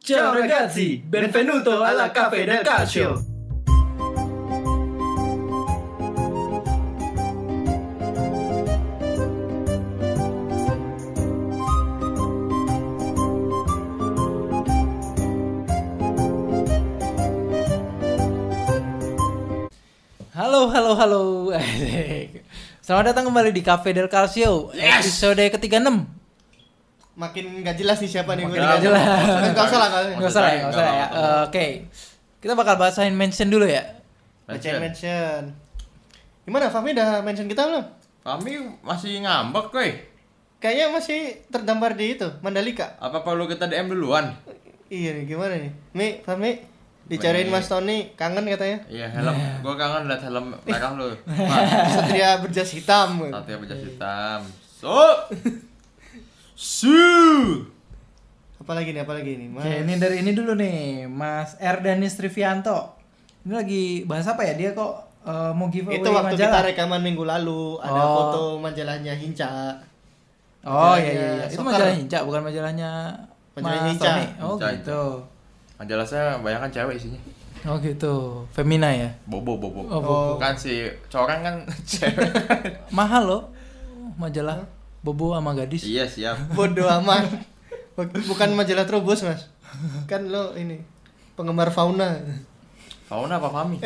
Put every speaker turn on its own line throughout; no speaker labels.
Ciao ragazzi, benvenuto alla Cafe del Calcio.
Halo, halo, halo. Selamat datang kembali di Cafe del Calcio, episode ke-36.
makin nggak jelas nih siapa nih
Makin
gue
nggak
dikasih.
jelas.
nggak usah lah nggak
Nggak
usah
usah lah, ya, nggak usah lah ya.
Nggak apa-apa.
Oke. Kita bakal bahasain mention dulu ya.
bacain mention gimana Fahmi udah mention kita belum
Kami masih ngambek, woi.
kayaknya masih terdampar di itu Mandalika
Apa perlu kita DM duluan?
iya nih gimana nih Mi Fahmi dicariin
Mi.
Mas Tony kangen katanya
Iya, helm. Gua kangen liat helm merah lu.
Satria berjas hitam
Tapi apa jas hitam? So. Su.
apalagi nih apalagi nih Mas
Oke, ini dari ini dulu nih, Mas Erdanis Trivianto. Ini lagi bahas apa ya? Dia kok eh, mau giveaway
itu waktu kita
majalah?
rekaman minggu lalu ada
Oh.
foto majalahnya Hinca
Oh iya
majalahnya
iya, iya. Itu
soccer.
majalah Hinca, bukan majalahnya
Majalah
Mas
Hinca.
Tony. Oh
Hinca,
gitu.
Majalahnya bayangkan cewek isinya.
Oh gitu. Femina ya.
Bobo bobo.
Oh, bobo.
Kan si corang kan cewek.
Mahal loh majalah Bobo sama gadis.
iya, siap.
bodoh amat bukan majalah Trobos Mas kan lo ini penggemar fauna
Fauna apa Fami?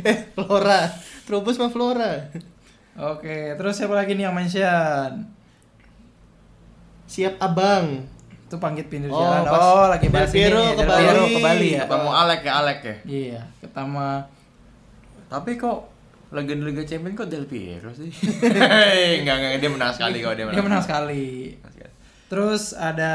Eh, Flora. Trubus mah Flora.
Oke, terus siapa lagi nih yang mention?
Siap abang.
Itu pangkit pinggir
Oh,
jalan.
pas
Oh, lagi
Del
bahas ini.
Piero
nih,
ke
Del
Bali.
Piero ke Bali ya.
Ketemu Alek ya, Alek ya.
Iya, pertama
Tapi kok legenda Liga Champions kok Del Piero sih? Hei, enggak enggak dia menang sekali kok Iya, dia menang.
dia menang sekali. Terus ada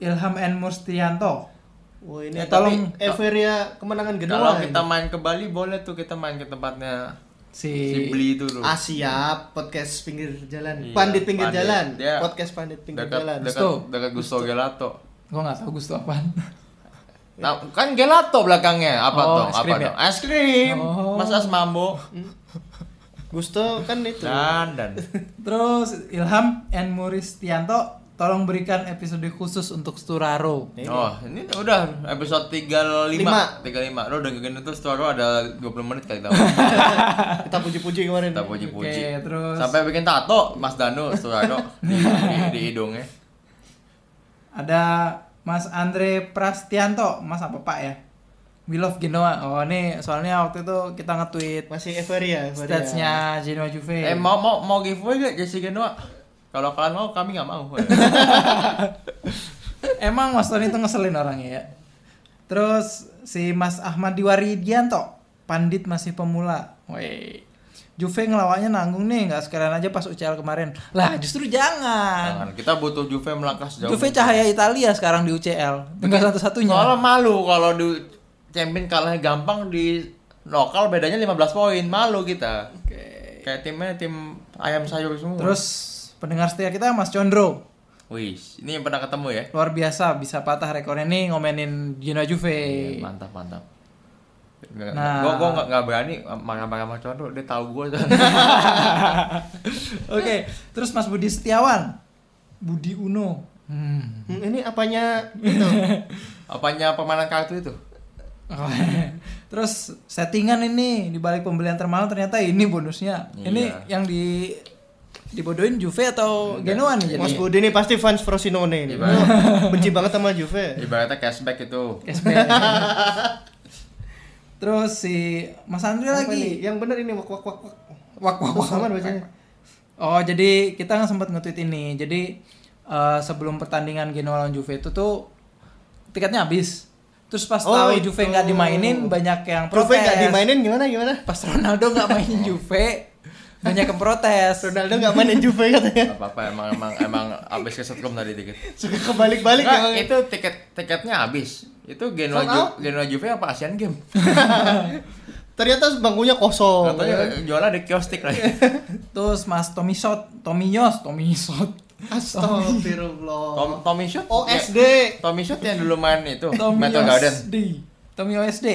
Ilham N Murstianto.
Wah, ini
Eh, tolong.
tolong Everia kemenangan kedua.
Ya, Kalau kita main ke Bali boleh tuh kita main ke tempatnya
Si,
si Bli itu tuh.
Ah, siap podcast pinggir jalan.
Iya,
pandit pinggir
pandit.
jalan.
Dia-
podcast pandit pinggir
dekat,
jalan.
Dekat,
Gusto.
dekat Gusto Gelato.
Gua enggak tahu Gusto apaan.
Nah, kan gelato belakangnya apa
Ya. Oh,
dong?
es
Apa
krim ya?
dong? Es krim.
Oh.
Mas As Mambo.
Gusto kan itu.
Dan dan.
Terus Ilham N Murstianto, tolong berikan episode khusus untuk Sturaro.
Ini.
Oh, ini udah episode 35.
Lima.
35. Lo dengerin itu setelah ada 20 menit kali tau.
Kita puji-puji kemarin.
Kita puji-puji.
Oke, terus-
Sampai bikin tato Mas Danu Sturaro di, di, di hidungnya.
Ada Mas Andre Prastianto, Mas apa Pak ya? We love Genoa. Oh, ini soalnya waktu itu kita nge-tweet
Masih Everia. Everia.
statsnya Genoa Juve.
Eh mau mau mau giveaway gak Jesse Genoa? Kalau kalian mau kami nggak mau.
Emang Mas Tony itu ngeselin orangnya ya. Terus si Mas Ahmad Diwari Dianto, pandit masih pemula. Woi. Juve ngelawaknya nanggung nih, nggak sekalian aja pas UCL kemarin. Lah justru jangan.
Jangan. Kita butuh Juve melangkah sejauh.
Juve
mungkin.
cahaya Italia sekarang di UCL. Tinggal satu-satunya.
Soalnya malu kalau di champion kalahnya gampang di lokal bedanya 15 poin. Malu kita.
Oke.
Kayak timnya tim ayam sayur semua.
Terus pendengar setia kita Mas Condro.
wih, ini yang pernah ketemu ya.
Luar biasa bisa patah rekornya nih ngomenin Genoa Juve.
Iya, Mantap, mantap.
Nah.
Nah, gua gua nggak- nggak berani marah-marah sama Condro, dia tahu gua.
Oke, terus Mas Budi Setiawan. Budi Uno. Hmm.
Hmm, ini apanya itu?
Apanya permainan kartu itu?
Oh, Terus settingan ini di balik pembelian termahal ternyata ini bonusnya. Ini
Iya.
yang di dibodohin Juve atau Genoa nih jadi.
Mas Budi ini pasti fans Frosinone ini.
Iya.
Lo Benci banget sama Juve.
Ibaratnya cashback itu.
SBL. Terus si Mas Andre
Apa
lagi.
nih? Yang bener ini wak wak wak. wak.
Wak wak wak.
Aman bacanya.
Oh, jadi kita nggak sempat nge-tweet ini. Jadi eh, sebelum pertandingan Genoa lawan Juve itu tuh tiketnya habis. Terus pas
Oh,
tahu Juve nggak
itu.
dimainin banyak yang protes.
Juve nggak dimainin gimana gimana?
Pas Ronaldo nggak mainin Juve banyak yang protes.
Ronaldo nggak mainin Juve katanya.
Gak apa-apa emang emang emang abis kesetrum tadi dikit.
Suka kebalik-balik
Nggak,
emang.
itu tiket tiketnya habis. Itu Genoa
Sold
Ju
out?
Genoa Juve apa Asian Game?
Ternyata bangkunya kosong.
Katanya jualan di kiostik lagi.
Terus Mas Tomisot, Tomiyos, Tomisot,
Tom
Astagfirullah.
Tommy Shot?
OSD.
Ya, Tommy Shot yang dulu main itu Oh, Metal Garden.
Tomiyos D, Tomiyos D.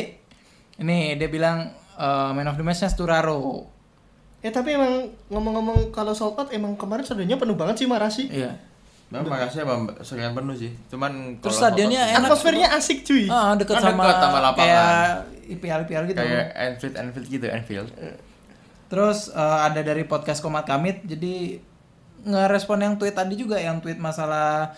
Ini dia bilang eh, man of the match-nya Sturaro.
Ya tapi emang ngomong-ngomong kalau sold out emang kemarin sebenarnya penuh banget sih Marasi.
Iya.
Memang makasih emang seringan penuh sih. Cuman
Terus
kalau
stadionnya
foto-
enak.
Atmosfernya asik cuy.
Ah, dekat
Kan
sama,
dekat sama lapangan.
kayak IPL IPL gitu.
kayak Enfield Enfield gitu, Enfield.
Terus eh, ada dari podcast Komat Kamit, jadi ngerespon yang tweet tadi juga yang tweet masalah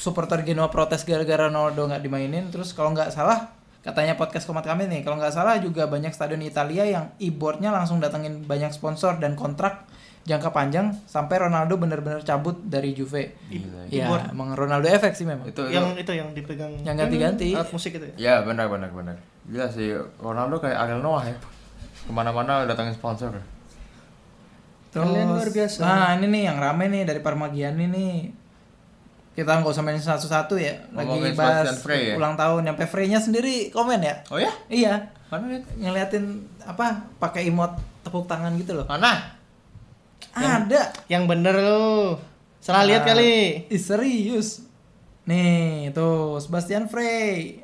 supporter Genoa protes gara-gara Ronaldo nggak dimainin. Terus kalau nggak salah katanya podcast Komat Kamit nih, kalau nggak salah juga banyak stadion Italia yang e-boardnya langsung datengin banyak sponsor dan kontrak jangka panjang sampai Ronaldo bener-bener cabut dari Juve.
Gila.
Ya,
E-board.
emang Ronaldo efek sih memang.
Gitu. Itu
Yang itu yang dipegang.
Yang ganti-ganti.
Alat musik itu ya.
Ya benar benar benar. Gila sih Ronaldo kayak Ariel Noah ya. Kemana-mana datangin sponsor.
Kalian luar biasa.
Nah ini nih yang rame nih dari Parmagiani nih. Kita nggak usah main satu-satu ya. Lagi
Ngomongin
bahas
Sebastian Frey ya?
ulang tahun. Yang Frey-nya sendiri komen ya.
Oh ya?
Iya.
Mana lihat?
Ngeliatin apa pakai emot tepuk tangan gitu loh.
Mana?
Ada.
Yang bener lu. Salah lihat
Ah,
kali.
Ih, serius. Nih tuh Sebastian Frey.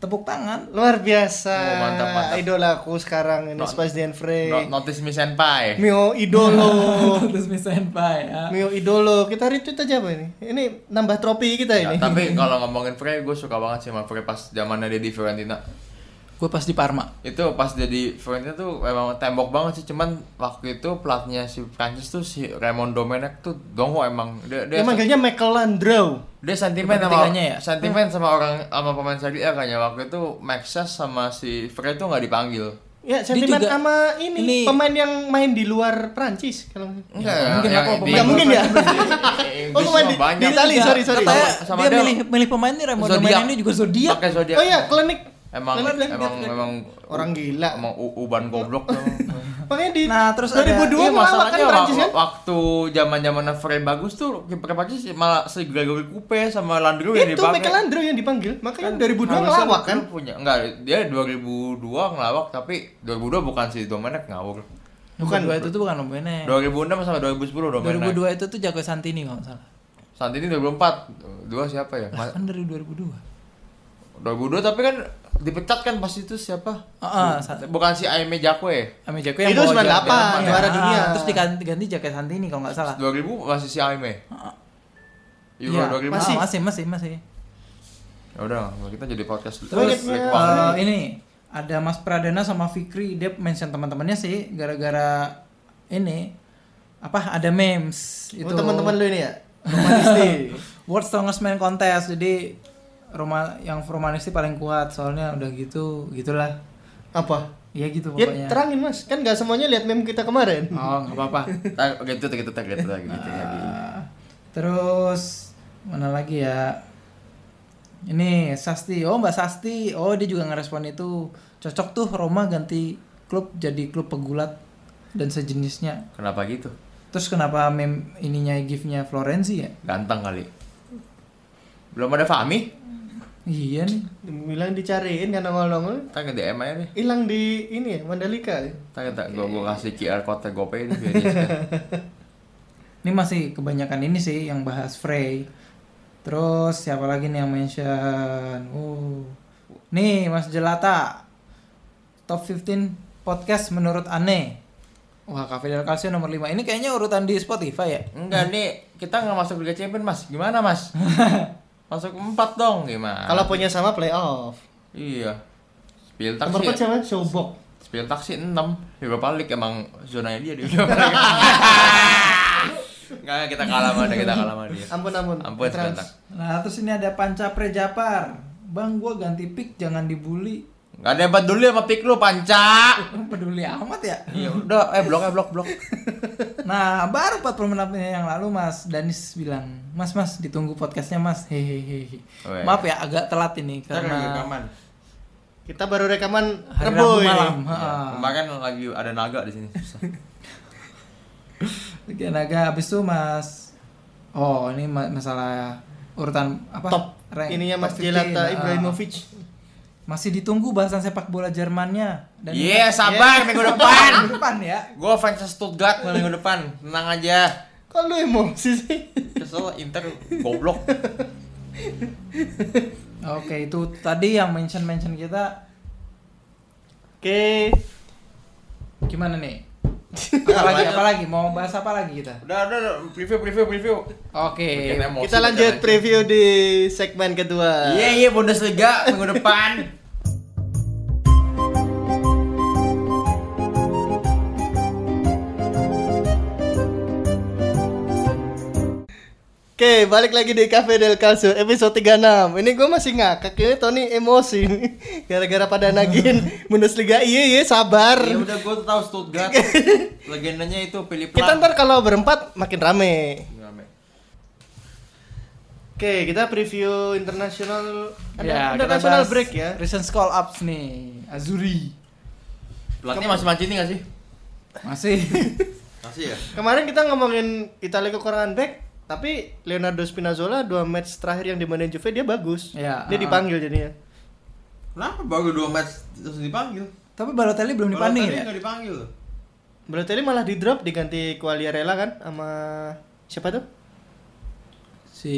Tepuk tangan.
Luar biasa.
Oh, mantap, mantap.
Idol aku sekarang ini
Not- eh.
Sebastian Frey.
No- notice me senpai.
Mio idolo.
Terus misalnya Pak ya.
Mio idolo. Kita retweet aja apa ini? Ini nambah tropi kita
Ya,
ini.
tapi kalau ngomongin Frey, gue suka banget sih sama Frey pas zamannya dia di Fiorentina.
Gue pas di Parma.
itu pas jadi Fiorentina tuh emang tembok banget sih cuman waktu itu pelatnya si Prancis tuh si Raymond Domenech tuh dongo emang dia dia,
Dia manggilnya Michael Landreau.
dia sentimen sama
Kepentingannya ya?
sentimen sama orang sama pemain Serie A kayaknya waktu itu Maxes sama si Frey tuh nggak dipanggil
Ya,
Dia
sentimen
juga-
sama ini,
ini-
pemain yang main di luar Prancis kalau
enggak
nggak mungkin
Ya, yang
apa
di-
pemain
Nggak mungkin ya?
Inggris
Oh, pemain
mah
di-
banyak
di Itali,
Juga
sorry, sorry.
Katanya
Sama- sama
dia
ada-
milih milih pemain nih Raymond
Zodiac.
Domenech juga zodiak.
pakai zodiak
Oh iya, klinik.
emang
Klinik, klinik,
emang
klinik.
emang
orang gila.
emang u- uban goblok dong
Makanya di
Nah, terus ada-
2002
Iya
malah kan
masalahnya
Prancis kan.
wak- waktu zaman zaman Frey bagus tuh kiper Prancis malah si Gregory Coupe sama Landru yang
Itu Kan
dipakai.
Michael Landreau yang dipanggil. Makanya 2002
harusnya
ngelawak kan.
lu punya enggak dia 2002 ngelawak tapi 2002 bukan si Domenek ngawur.
Bukan.
2002 itu tuh bukan E. Domenech.
2006 sama 2010
E.
Domenek.
2002 itu tuh Jago Santini kalau nggak salah.
Saat ini 2004. Dua siapa ya?
Lah
Ma-
kan dari 2002.
2002 tapi kan dipecat kan pas itu siapa?
Heeh, Sa-
Bukan si Aime Jakwe.
Ame Jago yang
Itu
bawa
98,
juara-
juara
Ah,
dunia.
Terus diganti ganti Jago Santini kalau nggak salah.
2000 masih si Aime. Euro
Iya,
2000.
masih masih masih masih.
Ya udah, kita jadi podcast dulu.
Terus
Break
eh,
waktu.
ini ada Mas Pradana sama Fikri dia mention teman-temannya sih gara-gara ini apa ada memes itu
Itu teman-teman lu ini ya. Romantisti.
World Strongest Man Contest jadi Roma yang romanisnya paling kuat soalnya udah gitu gitulah
Apa?
ya gitu
Ya
pokoknya
terangin Mas, kan gak semuanya lihat meme kita kemarin.
oh nggak apa-apa
Tag, gitu, gitu, tag, gitu, tag, gitu, lagi.
Ah, terus mana lagi ya ini Sasti oh Mbak Sasti oh dia juga ngerespon itu cocok tuh Roma ganti klub jadi klub pegulat dan sejenisnya
Kenapa gitu?
terus kenapa mem ininya gifnya Florenzi ya
Ganteng kali. Belum ada Fahmi?
iya nih
Bilang dicariin karena ngolong
Tag DM aja deh.
hilang di ini ya, Mandalika.
Tag, tag, gua, gua kasih QR code GoPay ini biar dia scan.
Ini masih kebanyakan ini sih yang bahas Frey. Terus siapa lagi nih yang mention? Uh. Nih Mas Jelata. Top 15 podcast menurut Ane. Wah, Cafe del Calcio nomor 5. Ini kayaknya urutan di Spotify ya?
Enggak nih, kita nggak masuk Liga Champion mas. Gimana mas? masuk 4 dong gimana?
Kalau punya sama playoff.
iya. Spiel
Nomor empat
taksi.
siapa? Sobok.
Spiel taksi 6. Europa League emang zonanya dia di Enggak, kita kalah mana, kita kalah sama dia.
Ampun ampun.
Ampun,
Trans.
sebentar.
Nah, terus ini ada Panca Prejapar. Bang, gua ganti pick jangan dibully.
Enggak ada yang peduli ya sama pick lu, Panca.
Lu Peduli amat ya?
Iya, udah eh blok eh blok blok.
Nah, baru 40 menit yang lalu Mas Danis bilang, Mas Mas ditunggu podcastnya Mas. Hehehe.
Weh.
Maaf ya agak telat ini karena
Kita baru rekaman
hari
Rebo
Rabu
ini. Iya,
malam.
Ya,
Heeh.
kemarin lagi ada naga di sini. susah.
Oke, naga habis itu Mas. Oh, ini ma- masalah urutan apa?
Top.
Rank.
Ininya
Top Ah.
Mas
15,
Jelata
heeh.
Ibrahimovic.
Masih ditunggu bahasan sepak bola Jermannya
Iya, sabar minggu depan.
Minggu depan ya.
Gue fans Stuttgart minggu depan. Tenang aja.
Kok lu emosi sih?
Kesel Inter goblok.
Oke, itu tadi yang mention-mention kita
Oke.
gimana nih? apalagi apalagi mau bahas apa lagi kita
Udah, udah, udah. preview, preview, preview.
oke
Bikin emosi
Kita lanjut
bacaan.
preview di segmen kedua.
Iya, iya, Bundesliga minggu depan.
Oke, balik lagi di Cafe del Calcio episode 36. Ini gue masih ngakak ini Tony emosi nih. gara-gara pada nagin Bundesliga. Iya, iya, sabar.
Ya udah, gue tahu Stuttgart. Legendanya itu Philip
Kita
Lahm.
ntar kalau berempat makin rame.
Rame.
Oke, kita preview internasional dulu. Ada
ya kita
international
bahas
break ya.
recent call ups nih Azuri
Pelatnya masih mancini gak sih?
masih
Masih ya?
Kemarin kita ngomongin Italia kekurangan back, tapi Leonardo Spinazzola dua match terakhir yang dimainin Juve dia bagus.
Iya, uh-uh.
dia dipanggil jadinya.
Kenapa baru dua match terus dipanggil?
tapi Balotelli belum dipanggil
Balotelli
ya
nggak dipanggil.
Balotelli malah di drop diganti Quagliarella kan sama siapa tuh?
si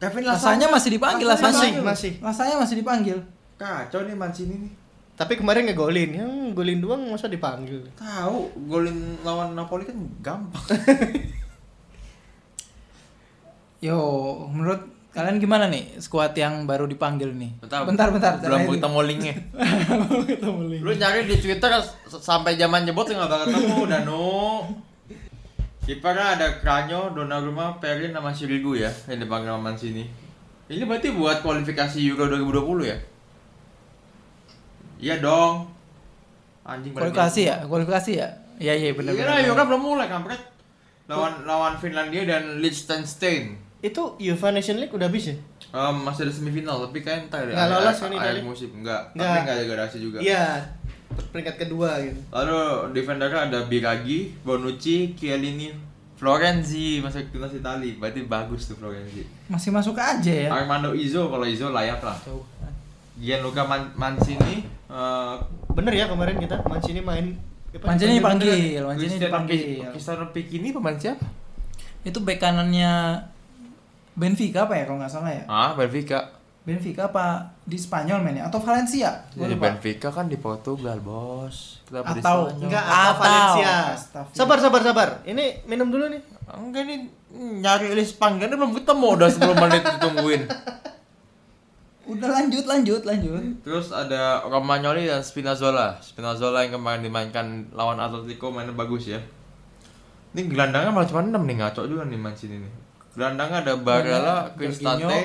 Kevin
Lasanya masih dipanggil Lasanya
Masih, masih.
Lasanya masih dipanggil
Kacau nih Mancini nih.
Tapi kemarin ngegolin, yang golin doang masa dipanggil.
Tahu golin lawan Napoli kan gampang.
yo menurut kalian gimana nih skuad yang baru dipanggil nih
Bentar,
bentar bentar,
Belum
bentar,
ketemu linknya.
ketemu link.
Lu nyari di Twitter s- sampai zaman jebot nggak bakal ketemu, Danu. Kipernya ada Kranyo, Donnarumma, Perin sama Sirigu ya yang dipanggil sama sini. Ini berarti buat kualifikasi Euro 2020 ya? Iya dong. Anjing pada
kualifikasi ya kualifikasi ya iya iya benar
Iya lah, Euro belum mulai kampret. Lawan lawan Finlandia dan Liechtenstein.
Itu UEFA Nation League udah habis ya?
Em, masih ada semifinal tapi kayaknya entar
Nggak lolos kan
akhir
Italia?
musim enggak. Tapi
Nggak.
enggak ada garasi juga.
Iya, peringkat kedua gitu.
Lalu defendernya ada Biragi, Bonucci, Chiellini, Florenzi masuk timnas Itali. Berarti bagus tuh Florenzi.
masih masuk aja ya
Armando Izzo kalau Izzo layak lah.
Jauh.
Gianluca Man Mancini, eh,
Bener ya kemarin kita Mancini main apa
Mancini
dipanggil beneran?
dipanggil Mancini
Cristiano
dipanggil
Pic- Cristiano Piccini pemain siapa?
itu bek kanannya Benfica apa ya kalau nggak salah ya
Ah, Benfica.
Benfica apa di Spanyol mainnya atau Valencia Gua
Jadi
lupa.
Benfica kan di Portugal, Bos. Kenapa di
Atau- ah.
Spanyol?
Enggak,
Atau.
atau Valencia.
Astagfirullah.
Sabar, sabar, sabar. Ini minum dulu nih.
Enggak ini nyari list panggilannya belum ketemu udah 10 menit ditungguin.
udah lanjut lanjut lanjut
Terus ada Romagnoli dan Spinazzola. Spinazzola yang kemarin dimainkan lawan Atletico mainnya bagus ya. Ini gelandangnya malah cuma 6 nih ngaco juga nih Mancini nih. Gelandangnya ada Barella,
Jorginho,
Cristante,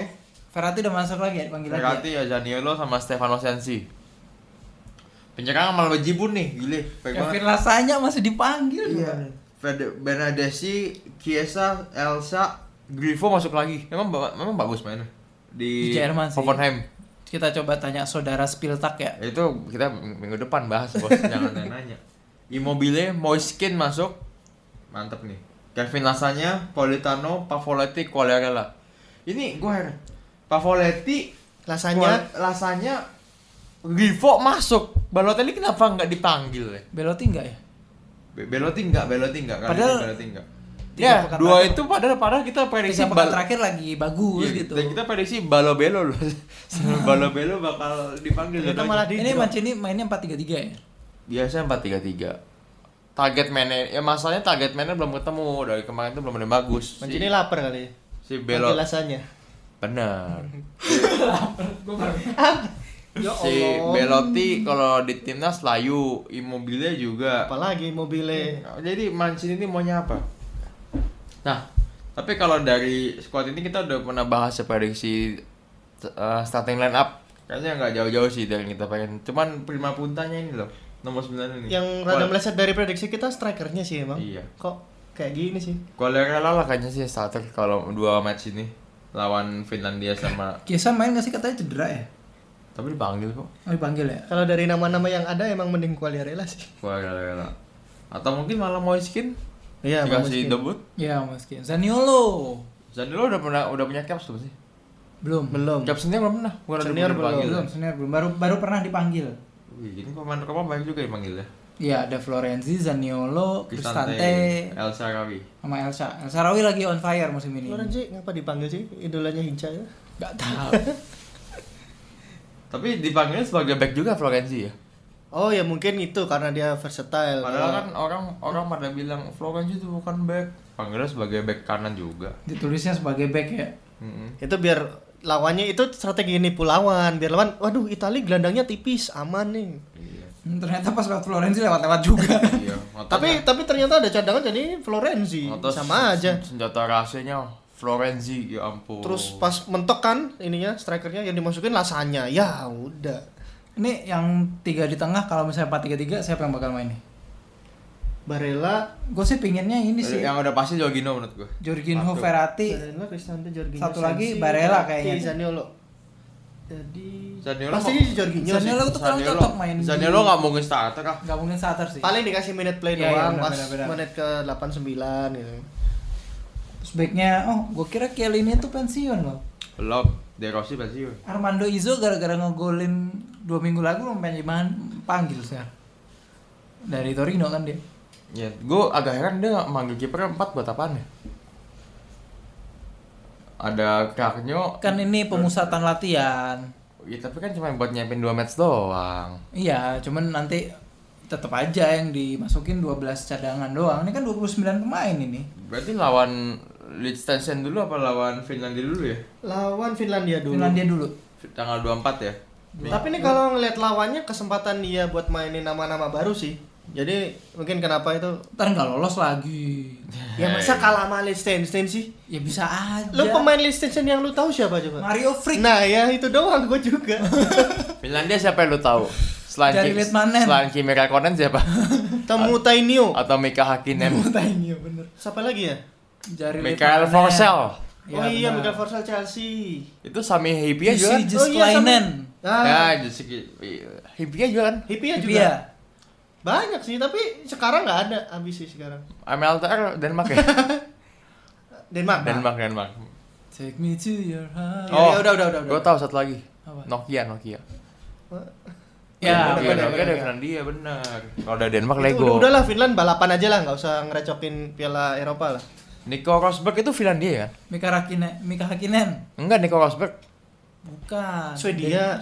Ferrati udah masuk lagi ya panggilan
Ferrati, Zaniolo sama Stefano Sensi. Penyerang malah bejibun nih, gile. Baik banget.
Kevin Lasanya masih dipanggil gimana?
Fede- Benadesi, Chiesa, Elsa, Grifo masuk lagi. Memang ba- memang bagus mainnya di,
Di Jerman sih.
Hoffenheim.
kita coba tanya saudara Spiltak ya
Itu kita minggu depan bahas bos, jangan nanya. Immobile, Moiskin masuk. Mantep nih. Kevin Lasagna, Politano, Pavoletti, Quagliarella. Ini gue heran. Pavoletti,
Lasagna.
Qual- Lasagna, Grifo masuk. Balotelli kenapa nggak dipanggil ya?
Belotti enggak ya
Be- Belotti nggak, Belotti nggak. kali ini
Padahal-
Belotti nggak.
Tiga
Ya,
pekan
dua
terakhir.
itu padahal padahal kita prediksi
tiga pekan
bal-
terakhir lagi bagus
Iya,
gitu
Dan kita prediksi Balobelo loh. Balobelo bakal dipanggil.
Ternyata
Lagi.
malah di
ini Mancini mainnya empat tiga tiga ya
biasanya empat tiga tiga target man ya masalahnya target man belum ketemu dari kemarin tuh belum ada yang bagus Si-
Mancini lapar kali. ya.
si, Belo
Panggil Lasagna.
bener
Ya
si Belotti kalau di timnas layu Immobile juga
Apalagi mobile.
jadi Mancini ini maunya apa nah tapi kalau dari squad ini kita udah pernah bahas ya prediksi eh, starting line up kayaknya nggak jauh-jauh sih dari yang kita pengen cuman prima puntanya ini loh nomor 9 ini
Yang rada meleset dari prediksi kita strikernya sih emang.
Iya.
Kok kayak gini sih?
Kualifikasi lah kayaknya sih starter kalau dua match ini lawan Finlandia sama
Kiesa main nggak sih katanya cedera ya
tapi dipanggil kok
oh dipanggil ya
Kalau dari nama-nama yang ada emang mending Quagliarella sih.
Kualifikasi atau mungkin malah Moiskin
Iya, Moiskin.
dikasih debut
ya mungkin Zaniolo
Zaniolo udah pernah udah punya caps belum sih
belum
Belum.
caps senior belum pernah bukan ada
Senior
yang dipanggil. ya.
belum senior belum baru baru pernah dipanggil
Wih, ini pemain pemain banyak juga yang panggil ya
Iya ada Florenzi, Zaniolo, Cristante,
Cristante El Sarawi
sama Elsa. Elsa Rawi lagi on fire musim ini.
Lorenzi ngapa dipanggil sih? Idolanya Hinca ya?
Gak tahu.
tapi dipanggil sebagai back juga Florenzi ya
Oh ya mungkin itu karena dia versatile.
Padahal kan orang orang pada bilang Florence itu bukan back. Panggilnya sebagai back kanan juga.
Ditulisnya sebagai back ya.
Mm-mm.
itu biar lawannya itu strategi ini pulawan biar lawan waduh Itali gelandangnya tipis aman nih
Iya.
Hmm, ternyata pas lewat Florenzi lewat-lewat juga.
Iya. ngotot
tapi
ya.
tapi ternyata ada cadangan jadi Florenzi
Ngotot
Iya, sama
sen-
aja
Senjata rahasianya Florenzi ya ampun.
terus pas mentok kan ininya strikernya yang dimasukin lasanya ya udah
Ini yang tiga di tengah kalau misalnya 4-3-3 siapa yang bakal main nih?
Barella
Gue sih pinginnya ini sih.
yang udah pasti Jorginho menurut gue.
Jorginho Verratti
Barella Cristante Jorginho
Satu lagi, Barella kayaknya.
Zaniolo jadi
Zaniolo
pasti
mau-
ini Jorginho sih.
Zaniolo tuh kurang
Zaniolo-
cocok main. di-
Zaniolo nggak ah. mungkin starter kah?
nggak mungkin starter sih.
paling dikasih minute play
Iya, iya,
doang
benar,
pas
benar, benar.
menit ke 89 gitu
Terus backnya, oh gue kira Chiellini tuh pensiun loh.
Belum. De Rossi pensiun.
Armando Izzo gara-gara ngegolin dua minggu lalu lo pengen gimana? panggil sekarang. Dari Torino kan dia.
Iya.
Ya, gue agak heran dia nggak manggil kiper empat buat apaan ya? Ada Carnio.
Kan ini pemusatan latihan.
Ya, tapi kan cuma buat nyiapin 2 match doang.
Iya, cuman nanti tetap aja yang dimasukin 12 cadangan doang. Ini kan 29 pemain ini.
Berarti lawan Liechtenstein dulu apa lawan Finlandia dulu ya?
lawan Finlandia dulu
Finlandia dulu.
Tanggal 24 ya?
Tapi nih kalau ngelihat lawannya kesempatan dia buat mainin nama-nama baru sih. Jadi mungkin kenapa itu
Ntar nggak lolos lagi.
ya masa kalah sama Liechtenstein sih?
Ya bisa aja.
Lu pemain Liechtenstein yang lu tahu siapa coba?
Mario Frick.
Nah, ya itu doang gue juga.
Finlandia siapa yang lu tahu? Selain
Dari
Ki-
Litmanen.
Selain Kimi Räikkönen siapa?
Temu Tainio.
Atau Mika Hakkinen?
Tanya Nah, iya, bener.
Siapa lagi ya?
Jari
Mikael
Litmanen.
Forsell.
oh iya,
Ya, benar.
Michael Forsell Chelsea.
Itu Sami Hipia juga.
Jesse Jess
Oh, iya, sama-
Kleinen.
Ah,
Ya, Jesse Hipia juga kan?
Hipia juga.
Iya.
Banyak sih, tapi sekarang nggak ada habis sih sekarang.
MLTR Denmark ya?
Denmark.
Denmark, Denmark.
Take me to your heart.
Oh, ya, udah, udah, udah,
Gue
udah.
tahu satu lagi.
Apa?
Nokia, Nokia.
Ya, iya,
Bener,
Nokia,
bener,
Nokia
bener.
dari Finlandia benar. Kalau dari Denmark
Nah, Itu
Lego.
udah, udahlah Finland balapan aja lah, nggak usah ngerecokin Piala Eropa lah.
Nico Rosberg itu Finlandia ya?
Mika Rakine, Mika Hakinen.
Enggak Nico Rosberg.
Bukan.
Swedia.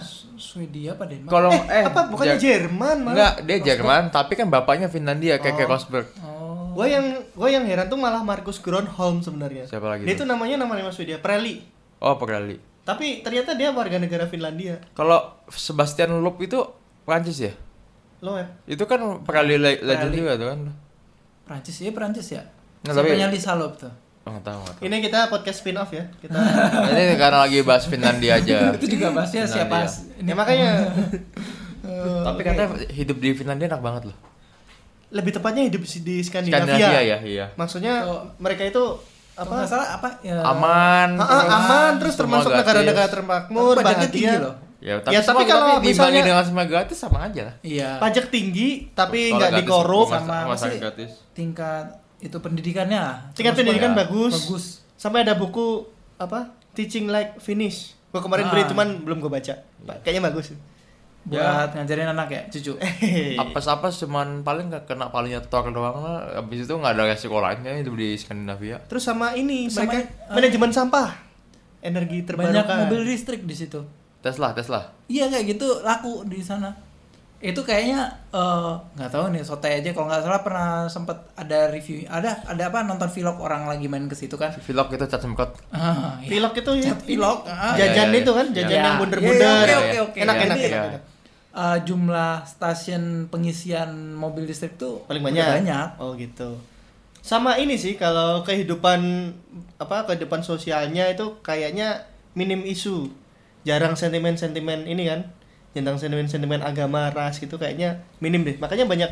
Den- S- Swedia apa Denmark?
Kalau
eh, apa bukannya
Ja-
Jerman malah?
Enggak, dia Jerman, tapi kan bapaknya Finlandia kayak kayak Rosberg.
Oh.
Gue yang gue yang heran tuh malah Markus Gronholm sebenarnya.
Siapa lagi
Dia
tuh?
tuh namanya nama nama Swedia, Preli.
Oh, Pegali.
Tapi ternyata dia warga negara Finlandia.
Kalau Sebastian Loeb itu Prancis ya?
Lo ya?
Itu kan Pegali le- legend
Pirelli.
juga tuh kan.
Prancis ya, Prancis ya.
Nggak,
Siapa
tapi-
yang disalop tuh?
Enggak tahu. Oh, nggak tahu.
Ini kita podcast spin off ya. Kita
Ini karena lagi bahas Finlandia aja.
Itu juga bahasnya siapa?
Finlandia.
Ini Oh,
ya makanya
tapi katanya hidup di Finlandia enak banget loh.
lebih tepatnya hidup di Skandinavia.
Skandinavia ya, iya.
Maksudnya
Tuh.
mereka itu
apa
apa?
salah apa? Ya,
Aman.
Ah, ah, aman terus
semua
termasuk
gratis.
negara-negara
tapi
termakmur,
pajaknya tinggi
bahagia.
loh.
Ya, tapi,
Ya,
semua
tapi kalau
gratis diimbangi
misalnya-
dengan semua gratis sama aja lah.
Iya.
Pajak tinggi tapi
Kalau
nggak
gratis,
dikorup.
rumah-
sama
rumah
apa
sakit
sih?
gratis.
Tingkat itu pendidikannya.
Tingkat
Terus
pendidikan
ya.
bagus.
Bagus.
Sampai ada buku apa? Teaching like Finnish. Gue kemarin
Ah.
beli cuman belum gue baca.
Iya.
Kayaknya bagus.
buat ngajarin anak ya, cucu.
Iya.
Apes-apes cuman paling nggak kena palingnya tor doang lah. Abis itu nggak ada sekolah lain kayaknya hidup di Skandinavia.
Terus sama ini
Sama
mereka
ini, eh,
manajemen sampah, energi terbarukan.
Banyak mobil listrik di situ.
Tesla, Tesla.
Iya kayak gitu laku di sana. Itu kayaknya eh, nggak tahu nih sote aja kalau nggak salah pernah sempet ada review ada ada apa nonton vlog orang lagi main ke situ kan.
Vlog itu cat semprot.
Ah, iya.
Pilok itu ya.
Cat pilok, ah.
Jajan
Ya, ya, ya.
itu kan,
Ya.
jajan
Ya.
yang
Ya,
bunder-bunder.
ya, oke, oke,
Enak,
oke.
enak,
Jadi,
enak,
ya.
enak.
eh, jumlah stasiun pengisian mobil listrik tuh
Paling
udah
banyak.
banyak.
Oh gitu. Sama ini sih kalau kehidupan apa kehidupan sosialnya itu kayaknya minim isu. Jarang sentimen-sentimen ini kan. Tentang sentimen-sentimen agama, ras gitu kayaknya minim deh. Makanya banyak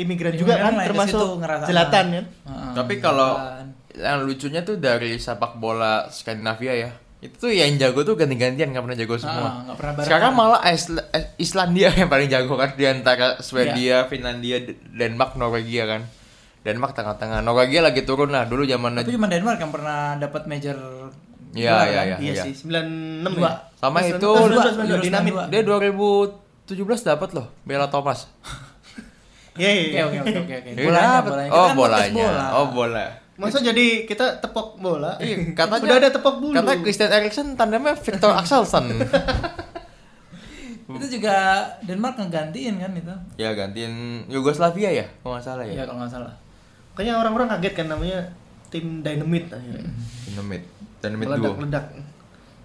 imigran juga
Imigran
kan
lain ke
termasuk
situ, ngerasa
selatan
aman.
kan.
Heeh,
Tapi kalau
kan.
yang lucunya tuh dari sepak bola Skandinavia ya. Itu tuh yang jago tuh ganti-gantian nggak pernah jago semua.
Ah, nggak pernah bareng.
Sekarang malah Isla- eh, Islandia yang paling jago kan di antara
Iya.
Swedia, Finlandia, D- Denmark, Norwegia kan. Denmark tengah-tengah. Norwegia lagi turun lah dulu zaman
Tapi cuma Denmark yang pernah dapat major
Iya,
gelar,
iya,
kan?
iya.
Iya sih, 96
Dua.
ya.
Sama
Terus-
itu
terus-
dua,
terus- terus-
dua,
dinamit.
dua.
dia 2017 dapat loh Bella Thomas.
Iya, iya,
Oke
iya.
oke oke oke oke.
Dia
Bolanya,
dapet.
bolanya. Kita
Oh,
kan podcast
bolanya.
bola.
Oh, bola.
Masa jadi kita tepok bola?
Iya, katanya
Udah ada tepok bulu.
Katanya Christian Eriksen tandemnya Victor Axelsen.
itu juga Denmark ngegantiin kan itu
Ya gantiin Yugoslavia ya, kalau nggak
Iya.
salah
Iya.
ya
ya.
kalau nggak salah
Kayaknya orang-orang kaget kan namanya tim Dynamite akhirnya.
Dynamite. Dynamite duo.
Meledak-ledak.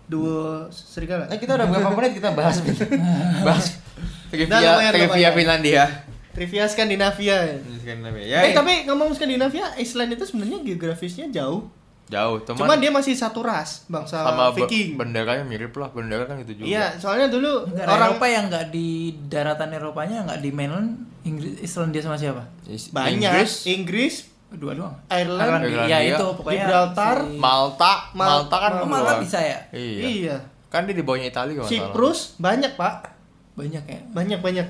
Duo serigala.
Nah, kita udah berapa menit kita bahas Bin? bahas
Udah,
trivia
lumayan,
trivia
lumayan.
Finlandia.
Trivia Skandinavia.
Ini Skandinavia. Ya,
Eh tapi ngomong Skandinavia, Iceland itu sebenarnya geografisnya jauh.
jauh, teman.
Cuman dia masih satu ras, bangsa
sama be-
Viking.
benderanya mirip lah, bendera kan itu juga.
Iya, soalnya dulu
Negara
orang
Eropa ya? yang nggak di daratan Eropanya nggak di mainland Inggris Islandia sama siapa
Is-
banyak
Inggris,
Inggris,
dua doang ya
Ireland,
iya.
Irlandia,
itu pokoknya
Gibraltar,
si-
Malta,
Mal-
Malta kan
Oh,
keluar.
Malta bisa ya
Iya.
iya.
Kan dia di bawahnya Italia kalau nggak salah.
Siprus banyak, Pak.
banyak ya
Banyak banyak.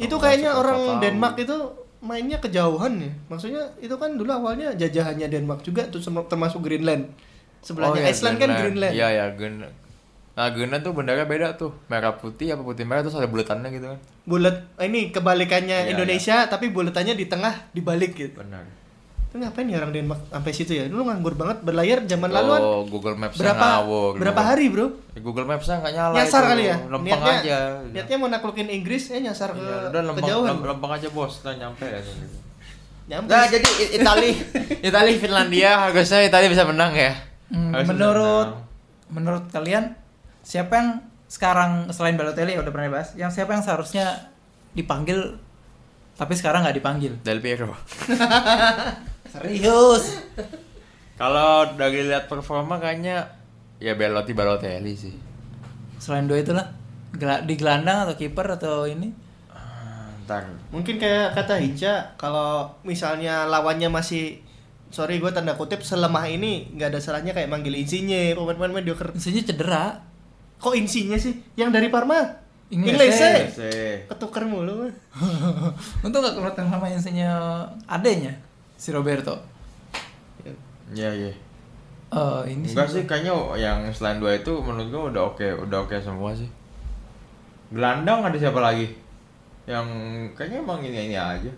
itu
Sama
kayaknya
Jakarta
orang
tahu.
Denmark itu mainnya kejauhan ya. Maksudnya itu kan dulu awalnya jajahannya Denmark juga tuh sem- termasuk Greenland.
Oh,
Sebelahnya
iya,
Iceland kan Greenland.
Iya ya, Greenland. Nah, Greenland tuh benderanya beda tuh. Merah putih apa putih merah terus ada bulatannya gitu kan.
Bulat eh, ini kebalikannya
Iya,
Indonesia tapi bulatannya di tengah dibalik gitu.
Benar.
Itu ngapain ya orang Denmark sampai situ ya? Dulu nganggur banget berlayar zaman laluan.
Oh, Google Maps
Berapa berapa hari, Bro?
Ya, Google Maps nggak nyala
nyasar
itu.
kali ya
Lempeng
niatnya,
aja.
niatnya mau naklukin Inggris eh nyasar ke
Iya, udah lempeng,
kejauhan Ya
lem- lempeng aja bos, udah nyampe ya gitu.
Nyampe.
Nah, jadi I- Itali, Itali Finlandia harusnya Itali bisa menang ya.
Hmm,
Harusnya
menurut
menang.
menurut kalian siapa yang sekarang selain Balotelli ya udah pernah bahas, yang siapa yang seharusnya dipanggil tapi sekarang nggak dipanggil?
Del Piero.
Serius?
Kalau dari lihat performa kayaknya ya Belotti Balotelli sih.
Selain dua itulah Gela- di gelandang atau kiper atau ini?
Ntar.
mungkin kayak kata Hinca kalau misalnya lawannya masih sorry gue tanda kutip selemah ini nggak ada salahnya kayak manggil insinya pemain-pemain mediocre
Isinya cedera.
kok insinya sih yang dari Parma
Inglese.
Iya,
Inglese
Sih.
ketuker mulu
Untung nggak kelihatan sama insinya adenya si Roberto.
Iya, iya.
Eh ini
Enggak sih kayaknya yang selain dua itu menurut gua udah oke, udah oke semua sih. Gelandang ada siapa lagi? Yang kayaknya emang ini ini aja.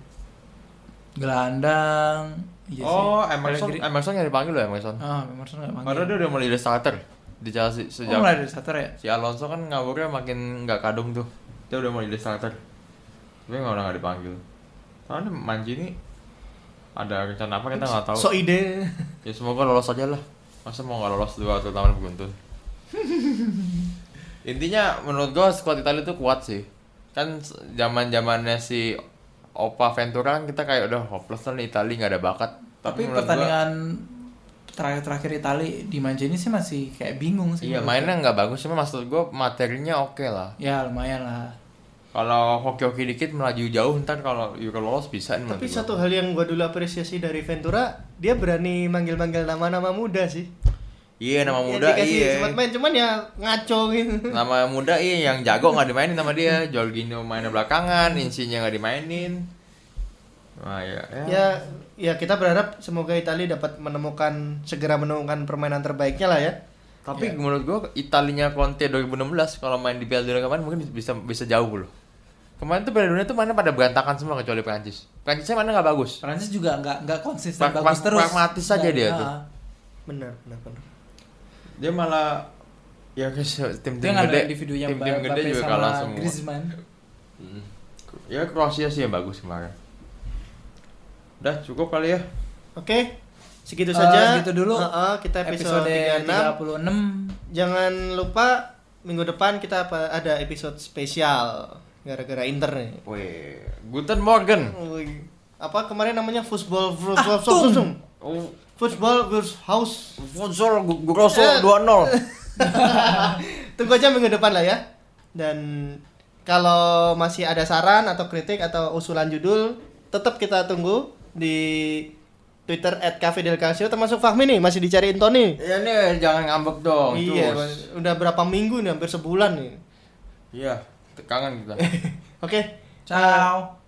Gelandang. Iya
oh,
sih.
Emerson,
Pellegrini-
Emerson yang dipanggil loh Emerson.
Ah, Emerson nggak
Padahal
panggil.
dia udah mulai dari starter di Chelsea sejak
Oh, mulai dari starter ya?
si Alonso kan ngawurnya makin nggak kadung tuh. Dia udah mulai dari starter. Tapi nggak orang nggak dipanggil. Soalnya Mancini ada rencana apa kita nggak tahu.
so ide
Ya semoga lolos aja lah. Masa mau nggak lolos dua atau taman beruntun. Intinya menurut gua skuad Italia itu kuat sih. Kan s- zaman-zamannya si Opa Ventura kan kita kayak udah hopeless lah nih Italia nggak ada bakat.
Tapi
menurut gua-
pertandingan terakhir-terakhir Itali di Mancini sih masih kayak bingung sih.
Iya
menurut
mainnya
gue.
nggak bagus cuma maksud gue materinya oke lah.
Ya lumayan lah.
Kalau hoki-hoki dikit melaju jauh ntar kalau Euro lolos bisa nih.
tapi
menurut gua.
satu hal yang gue dulu apresiasi dari Ventura dia berani manggil-manggil nama-nama muda sih
Iya nama
Ya,
muda
dikasih
iya.
sempat main cuman ya ngaco gitu
Nama muda iya yang jago nggak dimainin sama dia. Jorginho mainnya belakangan, Insinya nggak dimainin. Wah ya. ya.
ya ya kita berharap semoga Italia dapat menemukan segera menemukan permainan terbaiknya lah ya
Tapi menurut gua Italinya Conte 2016 kalau main di Piala Dunia kemarin mungkin bisa bisa jauh loh. Kemarin tuh Piala Dunia tuh mainnya pada berantakan semua kecuali Prancis. Prancisnya mainnya nggak bagus.
Prancis juga nggak nggak konsisten
Pra-
bagus
pra-
terus.
pragmatis aja
Nggak-
dia
ah,
tuh.
benar benar benar
dia malah ya guys tim
Dia
tim
nggak ada
gede
individunya
tim tim gede
Mbappe
juga
sama
kalah semua
Griezmann.
Mm. ya Kroasia sih yang bagus kemarin udah cukup kali ya
oke
Eh,
segitu saja
segitu dulu.
Heeh, kita episode,
Episode
36
36.
jangan lupa minggu depan kita apa- ada episode spesial gara-gara Inter nih
weh Guten Morgen
Wih, apa kemarin namanya football
Ah,
football
tung.
football
oh
football Girls house
Sponsor Gu- Grosso 2-0
tunggu aja minggu depan lah ya dan kalau masih ada saran atau kritik atau usulan judul tetap kita tunggu di Twitter at termasuk Fahmi nih masih dicariin Tony
ya nih Eh, jangan ngambek dong
iya
cus.
udah berapa minggu nih hampir sebulan nih
iya kangen kita
oke
Ciao.